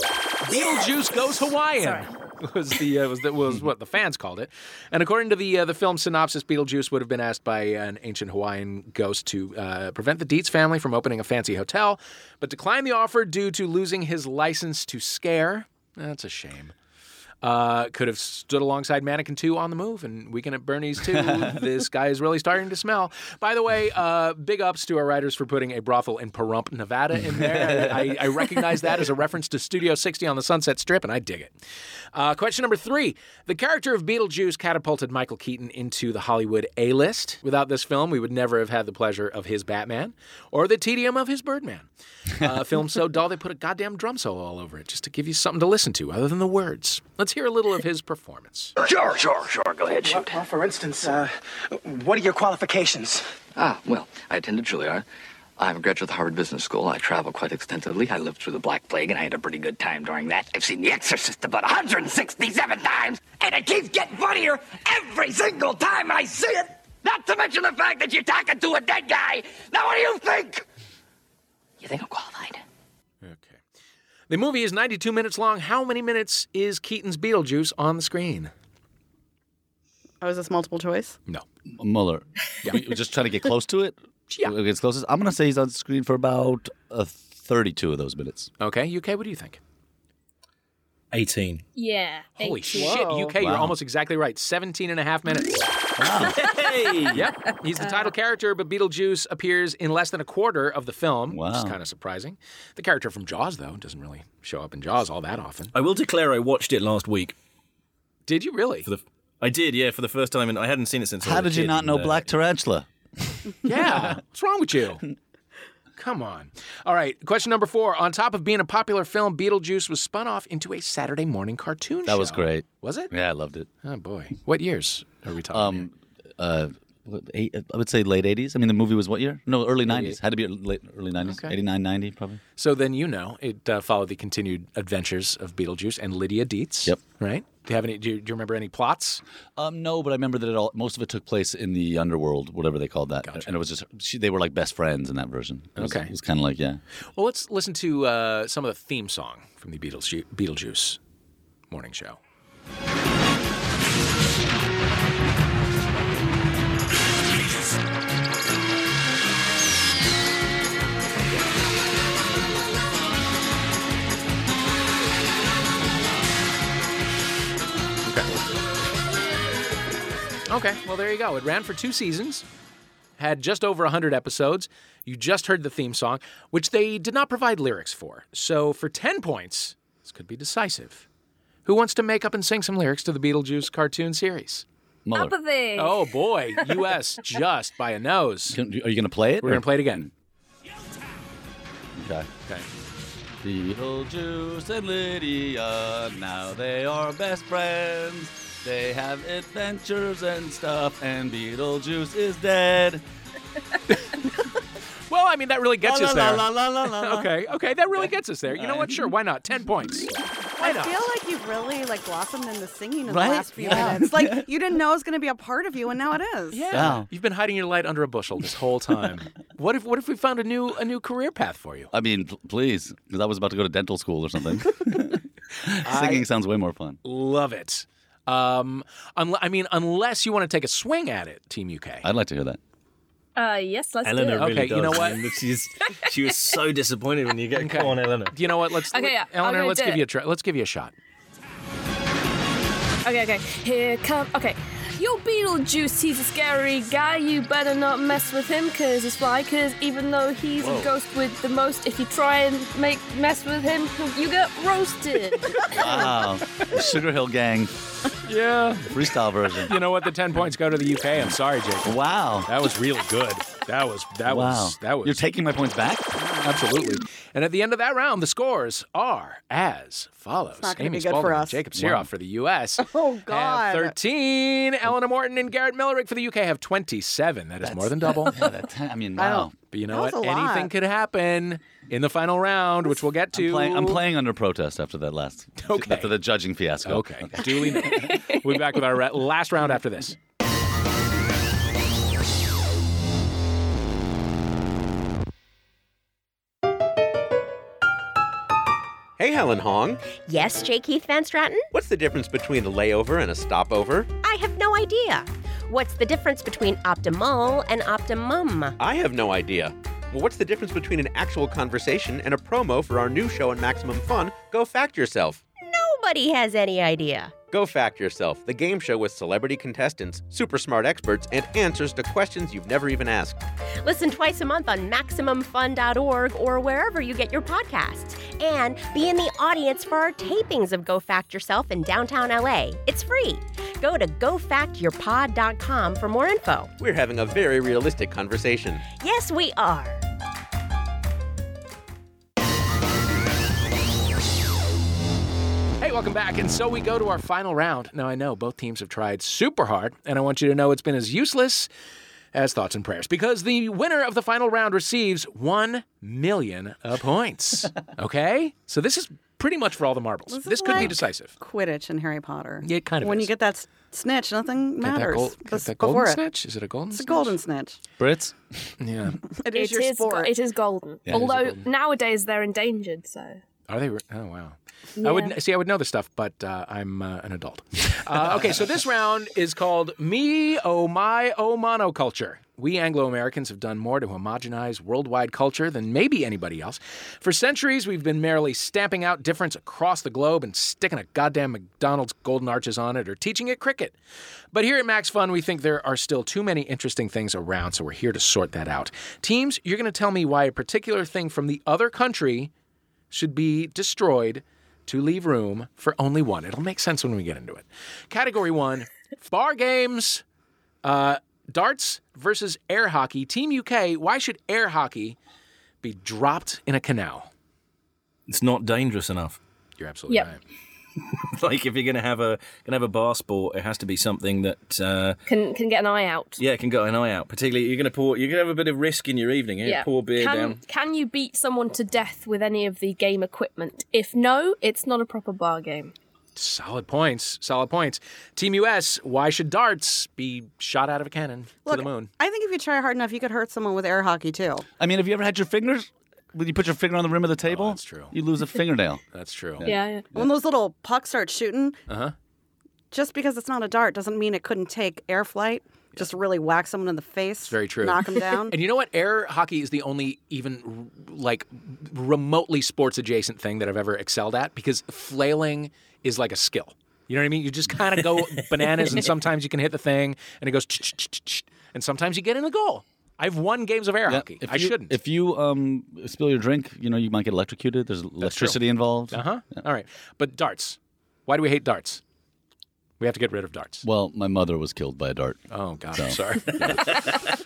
Beetlejuice goes Hawaiian. Was the uh, was the, was what the fans called it, and according to the uh, the film synopsis, Beetlejuice would have been asked by an ancient Hawaiian ghost to uh, prevent the Dietz family from opening a fancy hotel, but declined the offer due to losing his license to scare. That's a shame. Uh, could have stood alongside Mannequin 2 on the move and Weekend at Bernie's 2. this guy is really starting to smell. By the way, uh, big ups to our writers for putting a brothel in Pahrump, Nevada in there. I, I recognize that as a reference to Studio 60 on the Sunset Strip, and I dig it. Uh, question number three The character of Beetlejuice catapulted Michael Keaton into the Hollywood A list. Without this film, we would never have had the pleasure of his Batman or the tedium of his Birdman. Uh, a film so dull they put a goddamn drum solo all over it just to give you something to listen to other than the words. Let's hear a little of his performance. Sure, sure, sure. Go ahead, shoot. Well, well, for instance, uh, what are your qualifications? Ah, well, I attended Juilliard. I'm a graduate of the Harvard Business School. I travel quite extensively. I lived through the Black Plague, and I had a pretty good time during that. I've seen The Exorcist about 167 times, and it keeps getting funnier every single time I see it. Not to mention the fact that you're talking to a dead guy. Now, what do you think? You think I'm qualified? The movie is 92 minutes long. How many minutes is Keaton's Beetlejuice on the screen? Oh, is this multiple choice? No. Muller. We're just trying to get close to it. Yeah. It gets closest. I'm going to say he's on screen for about a 32 of those minutes. Okay, UK, what do you think? 18. Yeah. Holy 18. shit, Whoa. UK, you're Wow. almost exactly right. 17 and a half minutes. Yep. He's the title character, but Beetlejuice appears in less than a quarter of the film, which is Wow. kind of surprising. The character from Jaws, though, doesn't really show up in Jaws all that often. I will declare I watched it last week. Did you really? For the, I did, yeah, for the first time, and I hadn't seen it since. I How was a did you kid, not know and, uh, Black Tarantula? Yeah. What's wrong with you? Come on. All right. Question number four. On top of being a popular film, Beetlejuice was spun off into a Saturday morning cartoon That was show. great. Was it? Yeah, I loved it. Oh, boy. What years are we talking? Um, uh, what, eight, I would say late 80s. I mean, the movie was what year? No, early 88. 90s. Had to be late, early 90s. Okay. 89, 90, probably. So then you know it uh, followed the continued adventures of Beetlejuice and Lydia Dietz. Yep. Right? Do you have any? Do you, do you remember any plots? Um, no, but I remember that it all. Most of it took place in the underworld, whatever they called that, and it was just she, they were like best friends in that version. It was, Okay. it was kind of like yeah. Well, let's listen to uh, some of the theme song from the Beetleju- Beetlejuice morning show. Okay, well, there you go. It ran for two seasons, had just over 100 episodes. You just heard the theme song, which they did not provide lyrics for. So, for 10 points, this could be decisive. Who wants to make up and sing some lyrics to the Beetlejuice cartoon series? Muller. Apathy. Oh, boy. U.S. just by a nose. Can, are you going to play it? We're going to play it again. Okay. Okay. Beetlejuice and Lydia, now they are best friends. They have adventures and stuff, and Beetlejuice is dead. Well, I mean, that really gets La, us la, there. la, la, la, la, la. okay, okay, that really gets us there. You know what? Sure, why not? 10 points. I feel like you've really like blossomed in the singing in Right? the last few Yeah. minutes. Like you didn't know it was going to be a part of you, and now it is. Yeah. You've been hiding your light under a bushel this whole time. what if what if we found a new a new career path for you? I mean, pl- please, because I was about to go to dental school or something. Singing I sounds way more fun. love it. Um, unle- I mean, unless you want to take a swing at it, Team UK. I'd like to hear that. Uh, yes, let's do Eleanor it. really Okay, does. you know what? I mean, she's, she was so disappointed when you get Okay. come on, Eleanor. You know what? Let's Okay, let- yeah, I'm Eleanor. gonna Let's do give it. you a try. Let's give you a shot. Okay, okay. Here come. Okay. Yo, Beetlejuice, he's a scary guy. You better not mess with him, cause he's fly. Cause even though he's Whoa. a ghost with the most, if you try and make mess with him, you get roasted. Wow, the Sugar Hill Gang Yeah. freestyle version. You know what? The ten points go to the UK. I'm sorry, Jacob. Wow. That was real good. That was that was that was. You're taking my points back? Absolutely. And at the end of that round, the scores are as follows. not gonna Amy be good for Spalding, us. Jacob Wow. Siroff for the US. Oh have God. 13. Eleanor Morton and Garrett Millerick for the UK have 27. That is more than double. I mean, I wow. don't- But you know That was what? a lot. Anything could happen in the final round, which we'll get to. I'm playing, I'm playing under protest after that last, okay. after the judging fiasco. Okay. Duly noted. We'll be back with our ra- last round after this. Hey, Helen Hong. Yes, J. Keith Van Straten? What's the difference between a layover and a stopover? I have no idea. What's the difference between optimal and optimum? I have no idea. Well, what's the difference between an actual conversation and a promo for our new show on Maximum Fun? Go fact yourself. Nobody has any idea. Go fact yourself, the game show with celebrity contestants, super smart experts, and answers to questions you've never even asked. Listen twice a month on MaximumFun.org or wherever you get your podcasts. And be in the audience for our tapings of Go Fact Yourself in downtown LA. It's free. Go to gofactyourpod.com for more info. We're having a very realistic conversation. Yes, we are. Hey, welcome back. And so we go to our final round. Now, I know both teams have tried super hard, and I want you to know it's been as useless as thoughts and prayers because the winner of the final round receives 1 million uh, points. okay? So this is pretty much for all the marbles. This This, is could be like- decisive. Quidditch and Harry Potter. Yeah, it kind of When is. you get that s- snitch, nothing Got that matters. gold- got Bes- that golden before it. snitch? Is it a golden It's a snitch? golden snitch. Brits? Yeah. It is your sport. go- It is golden. Yeah, it is Although golden. nowadays they're endangered, so. Are they? re- Oh wow. Yeah. I would see. I would know this stuff, but uh, I'm uh, an adult. Uh, okay, so this round is called "Me Oh My Oh Monoculture." We Anglo Americans have done more to homogenize worldwide culture than maybe anybody else. For centuries, we've been merely stamping out difference across the globe and sticking a goddamn McDonald's golden arches on it or teaching it cricket. But here at Max Fun, we think there are still too many interesting things around, so we're here to sort that out. Teams, you're going to tell me why a particular thing from the other country should be destroyed to leave room for only one. It'll make sense when we get into it. Category one bar games, uh, darts versus air hockey. Team UK, why should air hockey be dropped in a canal? It's not dangerous enough. You're absolutely Yep. like if you're gonna have a gonna have a bar sport, it has to be something that uh, Can can get an eye out. yeah can go an eye out. Particularly, you're gonna pour you're gonna have a bit of risk in your evening. You pour beer can, down. Can you beat someone to death with any of the game equipment? If no, it's not a proper bar game. Solid points. Solid points. Team US, why should darts be shot out of a cannon Look, to the moon? I think if you try hard enough, you could hurt someone with air hockey too. I mean, have you ever had your fingers? When you put your finger on the rim of the Oh, table, that's true. You lose a fingernail. that's true. When those little pucks start shooting, Uh huh. just because it's not a dart doesn't mean it couldn't take air flight. Just really whack someone in the face. It's very true. Knock them down. and you know what? Air hockey is the only even like remotely sports adjacent thing that I've ever excelled at because flailing is like a skill. You know what I mean? You just kind of go bananas, and sometimes you can hit the thing, and it goes, ch-ch-ch-ch-ch, and sometimes you get in the goal. I've won games of air Yeah, hockey. if I you- shouldn't. If you um, spill your drink, you know you might get electrocuted. There's electricity involved. Uh huh. All right. But darts. Why do we hate darts? We have to get rid of darts. Well, my mother was killed by a dart. Oh God, I'm sorry.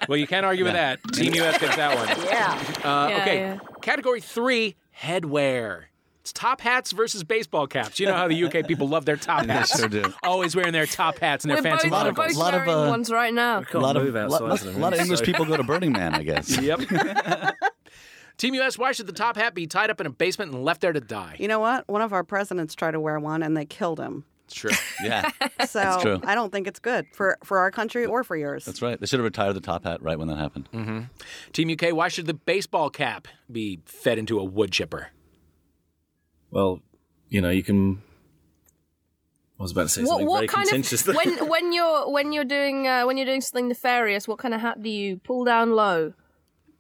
well, you can't argue with that. Team US gets that one. Yeah. Uh, Yeah, okay. yeah. Category three: headwear. It's top hats versus baseball caps. You know how the UK people love their top They hats. sure do. Always wearing their top hats and their We're both, fancy we're both monocles. wearing ones right now. a lot move of lot- outside of lot, the a lot of room, English so- people go to Burning Man, I guess. yep. Team US, why should the top hat be tied up in a basement and left there to die? You know what? One of our presidents tried to wear one and they killed him. It's true. Yeah, So That's true. I don't think it's good for, for our country or for yours. that's right. They should have retired the top hat right when that happened. Mm. Mm-hmm. Team UK, why should the baseball cap be fed into a wood chipper? Well, you know you can. I was about to say What, something what very kind contentious. of when when you're when you're doing uh, when you're doing something nefarious? What kind of hat do you pull down low?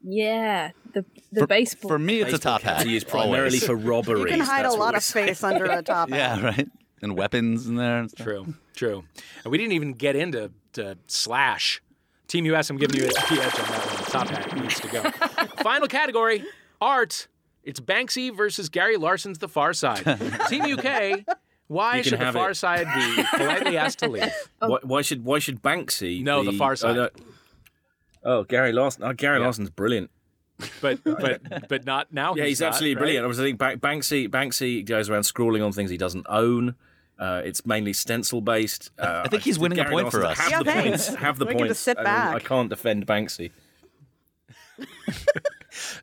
Yeah, the the baseball. For me, it's a top hat. used primarily always. for robbery. You can hide a lot of face under a top hat. Yeah, right. And weapons in there. And stuff. True, true. And we didn't even get into to slash. Team US, I'm giving you a P edge on that one. Top hat needs to go. Final category art. It's Banksy versus Gary Larson's The Far Side. Team UK, why You can should The have Far it. Side be politely asked to leave? Why, why should why should Banksy? No, the be- Far oh, Side. no. Oh, Gary Larson. Oh, Gary Yeah. Larson's brilliant. But but but not now. Yeah, he's, not, absolutely right? brilliant. I was thinking Bank- Banksy. Banksy goes around scrawling on things he doesn't own. Uh, it's mainly stencil based. Uh, I think he's winning a Gary point for Larson, us. Have Yeah, the points. thanks. Have the We points. can just sit I, mean, back. I can't defend Banksy.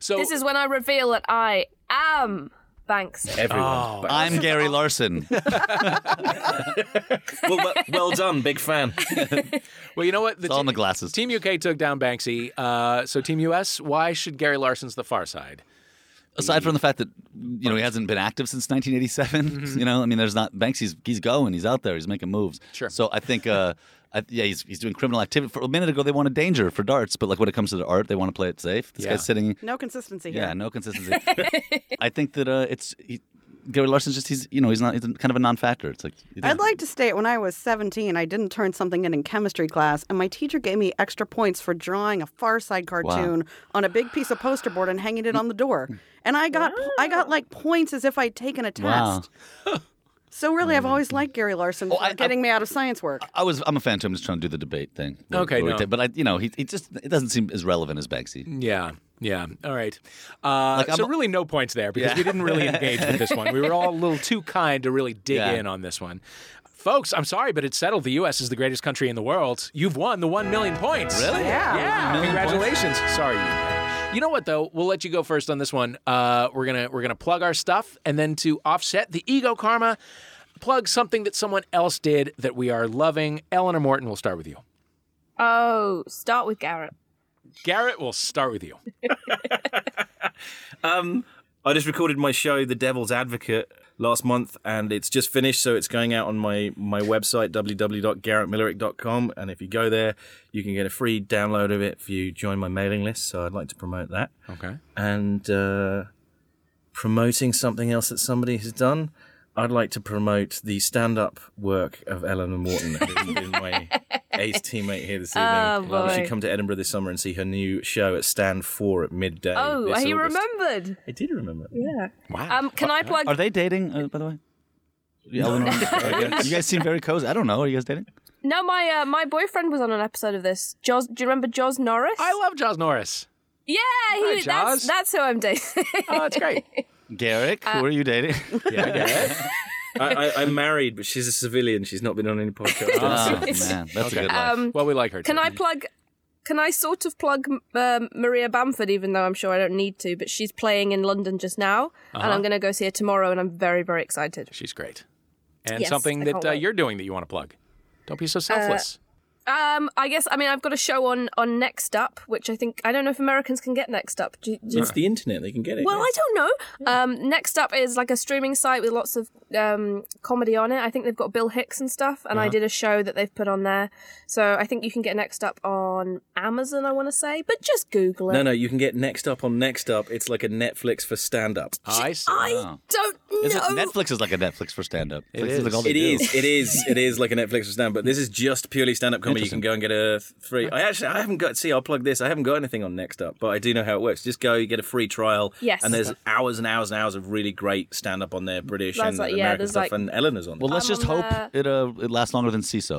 So this is when I reveal that I am Banksy. Everyone. Banksy. I'm Gary Larson. well, well, well done, big fan. Well, you know what? The It's all in the glasses. Team UK took down Banksy. Uh, so Team US, why should Gary Larson's The Far Side? Aside from the fact that you know he hasn't been active since 1987, you know, I mean, there's not Banksy's. He's going. He's out there. He's making moves. Sure. So I think, uh, I, yeah, he's, he's doing criminal activity. For a minute ago, they wanted danger for darts, but like when it comes to the art, they want to play it safe. This Yeah. guy's sitting. No consistency here. Yeah, no consistency. I think that uh, it's he, Gary Larson's just he's you know he's not he's kind of a non-factor. It's like I'd like to state when I was 17, I didn't turn something in in chemistry class, and my teacher gave me extra points for drawing a Far Side cartoon on a big piece of poster board and hanging it on the door. And I got I got like points as if I'd taken a test. Wow. So really, I've always liked Gary Larson for getting me out of science work. I was I'm a fan too. I'm just trying to do the debate thing. Okay, Where we no. take- but I you know he, he just it doesn't seem as relevant as Banksy. Yeah. Yeah. All right. Uh, Like, I'm so a- really, no points there because Yeah. we didn't really engage with this one. We were all a little too kind to really dig Yeah. in on this one. Folks, I'm sorry, but it's settled. The U.S. is the greatest country in the world. You've won the one million points. Really? Yeah. A million Congratulations. Sorry. UK. You know what though? We'll let you go first on this one. Uh, we're gonna we're gonna plug our stuff, and then to offset the ego karma, plug something that someone else did that we are loving. Eleanor Morton, we'll start with you. Oh, start with Garrett. Garrett, we'll start with you. Um, I just recorded my show, The Devil's Advocate, last month, and it's just finished, so it's going out on my my website www.garrettmillerick.com. And if you go there, you can get a free download of it if you join my mailing list. So I'd like to promote that. Okay. And uh, promoting something else that somebody has done. I'd like to promote the stand-up work of Eleanor Morton, who's been my ace teammate here this evening. Oh, You should boy. come to Edinburgh this summer and see her new show at Stand Four at midday. oh, this he August. remembered. I did remember. Yeah. Wow. Um, can I plug? Are they dating, uh, by the way? Eleanor, Uh, you guys seem very cozy. I don't know. Are you guys dating? No, my uh, my boyfriend was on an episode of this. Jaws, do you remember Jaws Norris? I love Jaws Norris. Yeah, he, Hi, that's Jaws. that's who I'm dating. Oh, that's great. Garrick, Uh, who are you dating? Yeah, I, I, I'm married, but she's a civilian. She's not been on any podcast. Oh, man, that's a good life. Um, well, we like her. Can I plug? Can I sort of plug um Maria Bamford, even though I'm sure I don't need to, but she's playing in London just now, Uh-huh. and I'm going to go see her tomorrow, and I'm very, very excited. She's great. And Yes, something I Uh, that can't uh, wait. you're doing that you want to plug. Don't be so selfless. Um, I guess I mean I've got a show on on Next Up, which I think I don't know if Americans can get Next Up. Do, do- It's the internet; they can get it. Well, yeah. I don't know. Um, next up is like a streaming site with lots of um, comedy on it. I think they've got Bill Hicks and stuff, and I Uh-huh. did a show that they've put on there. So I think you can get next up on Amazon, I want to say, but just Google it. No, no, you can get Next Up on Next Up. It's like a Netflix for stand up. I see. I don't Is it, know. Netflix is like a Netflix for stand up. It is. It is. It is. It is like a Netflix stand, but this is just purely stand-up comedy. You can go and get a free. I actually, I haven't got. See, I'll plug this. I haven't got anything on Next Up, but I do know how it works. Just go, you get a free trial. Yes. And there's hours and hours and hours of really great stand-up on there, British That's and like- yeah, American there's stuff, like- and Eleanor's on. Well, let's I'm just on hope it Um, uh, it lasts longer than CISO.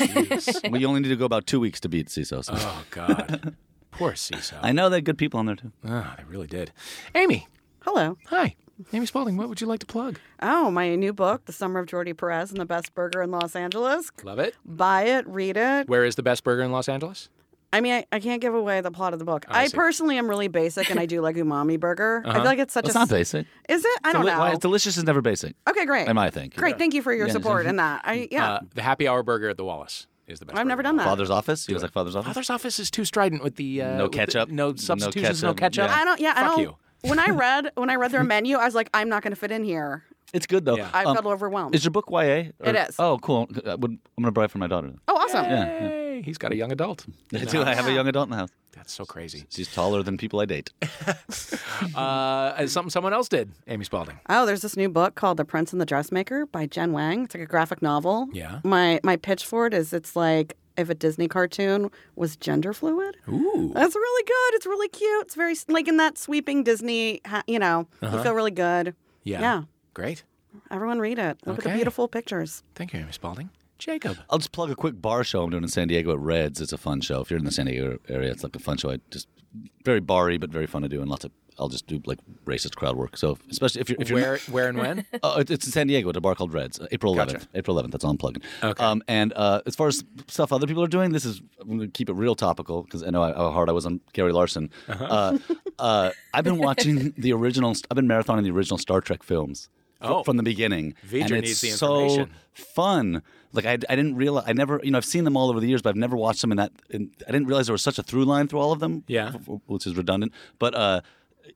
Yeah, we only need to go about two weeks to beat CISO. So. Oh God, poor CISO. I know they had good people on there too. Ah, they really did. Amy. Hello. Hi. Amy Spaulding, what would you like to plug? Oh, my new book, The Summer of Jordi Perez and the Best Burger in Los Angeles. Love it. Buy it, read it. Where is the best burger in Los Angeles? I mean, I, I can't give away the plot of the book. I I, see. personally am really basic and I do like umami burger. I Uh-huh. feel like it's such That's a. not basic. Is it? I don't Deli- know. why- delicious is never basic. Okay, great. Am I think? Great. Thank you for your Yeah. support in that. I, yeah. mm-hmm. Uh, the happy hour burger at the Wallace is the best. I've never done that. Father's office. You guys like father's office? Father's office is too strident with the uh, No with the- ketchup, no no substitutions, no ketchup, ketchup. yeah. I don't. Yeah, Fuck I don't. you. When I read when I read their menu, I was like, I'm not going to fit in here. It's good though. Um, Um, I felt overwhelmed. Is your book YA? It is. It is. Oh, cool. I would, I'm gonna buy it for my daughter. Oh, awesome. Yeah, Hey, he's got a young adult. I do. I have a young adult in the house. That's so crazy. She's taller than people I date. Uh, as something someone else did. Amy Spaulding. Oh, there's this new book called The Prince and the Dressmaker by Jen Wang. It's like a graphic novel. Yeah. My my pitch for it is it's like if a Disney cartoon was gender fluid. Ooh. That's really good. It's really cute. It's very like in that sweeping Disney, ha- you know, Uh-huh. you feel really good. Yeah. Yeah. Great. Everyone read it. Look at Okay. the beautiful pictures. Thank you, Amy Spaulding. Jacob. I'll just plug a quick bar show I'm doing in San Diego at Reds. It's a fun show. If you're in the San Diego area, it's like a fun show. I just very barry, but very fun to do, and lots of. I'll just do like racist crowd work. So especially if you're if you're Where, where and when? Uh, it- it's in San Diego at a bar called Reds, uh, April 11th. April 11th. That's all I'm plugging. Okay. Um, and uh, as far as stuff other people are doing, this is I'm going to keep it real topical because I know how- how hard I was on Gary Larson. uh Uh-huh. uh, I've been watching the original. I've been marathoning the original Star Trek films. fr- Oh. from the beginning, Vidra and it's needs the so information. fun. Like I, I didn't realize I never, you know, I've seen them all over the years, but I've never watched them in that. In, I didn't realize there was such a through line through all of them. Yeah. f- f- which is redundant, but uh,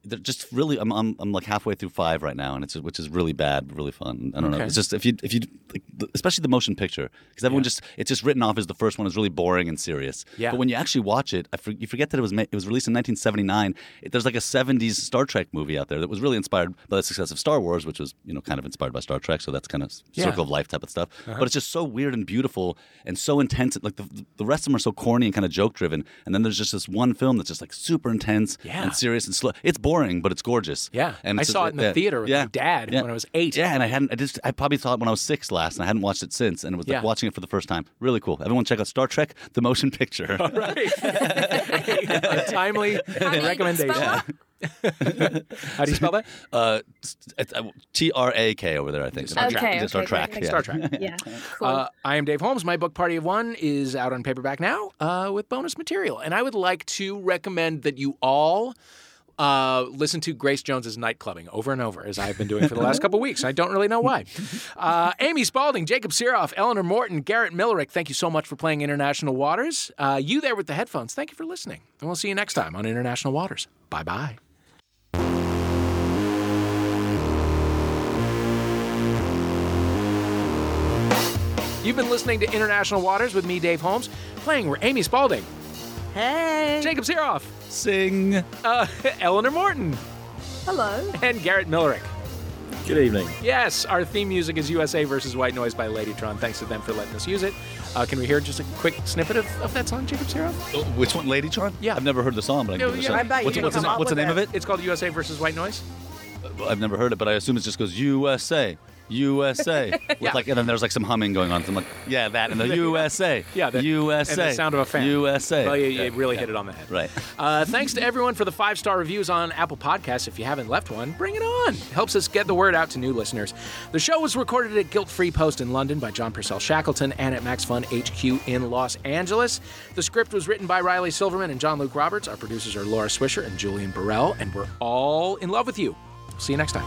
they're just really. I'm, I'm I'm like halfway through five right now, and it's which is really bad, but really fun. I don't know. Okay. It's just if you if you like, the- especially the motion picture because everyone just it's just written off as the first one is really boring and serious. Yeah. But when you actually watch it, I for, you forget that it was ma- it was released in 1979. It, there's like a 70s Star Trek movie out there that was really inspired by the success of Star Wars, which was you know kind of inspired by Star Trek. So that's kind of Yeah. circle of life type of stuff. Uh-huh. But it's just so weird and beautiful and so intense. Like the the rest of them are so corny and kind of joke driven, and then there's just this one film that's just like super intense Yeah. and serious and slow. It's boring, but it's gorgeous. Yeah. and I it's- saw it in the yeah. theater with yeah. my dad Yeah. when I was eight. Yeah, and I hadn't. I just. I probably saw it when I was six last, and I hadn't watched it since. And it was like Yeah. watching it for the first time. Really cool. Everyone, check out Star Trek: The Motion Picture. A timely recommendation. How do you spell that? Uh, T R A K over there, I think. Star Trek. Okay, Star okay, Trek. great. Star Trek. Yeah. Uh, I am Dave Holmes. My book, Party of One, is out on paperback now uh, with bonus material. And I would like to recommend that you all uh, listen to Grace Jones's Night Clubbing over and over, as I've been doing for the last couple of weeks. I don't really know why. Uh, Amy Spaulding, Jacob Siroff, Eleanor Morton, Garrett Millerick, thank you so much for playing International Waters. Uh, you there with the headphones, thank you for listening. And we'll see you next time on International Waters. Bye bye. You've been listening to International Waters with me, Dave Holmes. Playing were Amy Spalding. Hey. Jacob Zeroff. Sing. Uh, Eleanor Morton. Hello. And Garrett Millerick. Good evening. Yes, our theme music is USA versus White Noise by Ladytron. Thanks to them for letting us use it. Uh, can we hear just a quick snippet of, of that song, Jacob Zeroff? Oh, Which one, Ladytron? Yeah. I've never heard the song, but I can No, give it a yeah. shot. What's, what's the, what's the name of it? It's called USA versus White Noise. I've never heard it, but I assume it just goes USA, USA. with Yeah. like, and then there's like some humming going on. So I'm like, yeah, that and the USA, Yeah, that- USA, and the sound of a fan. USA. Well, you, you really hit it on the head. Right. Uh, thanks to everyone for the five star reviews on Apple Podcasts. If you haven't left one, bring it on. It helps us get the word out to new listeners. The show was recorded at Guilt Free Post in London by John Purcell Shackleton and at Max Fun HQ in Los Angeles. The script was written by Riley Silverman and John Luke Roberts. Our producers are Laura Swisher and Julian Burrell, and we're all in love with you. See you next time.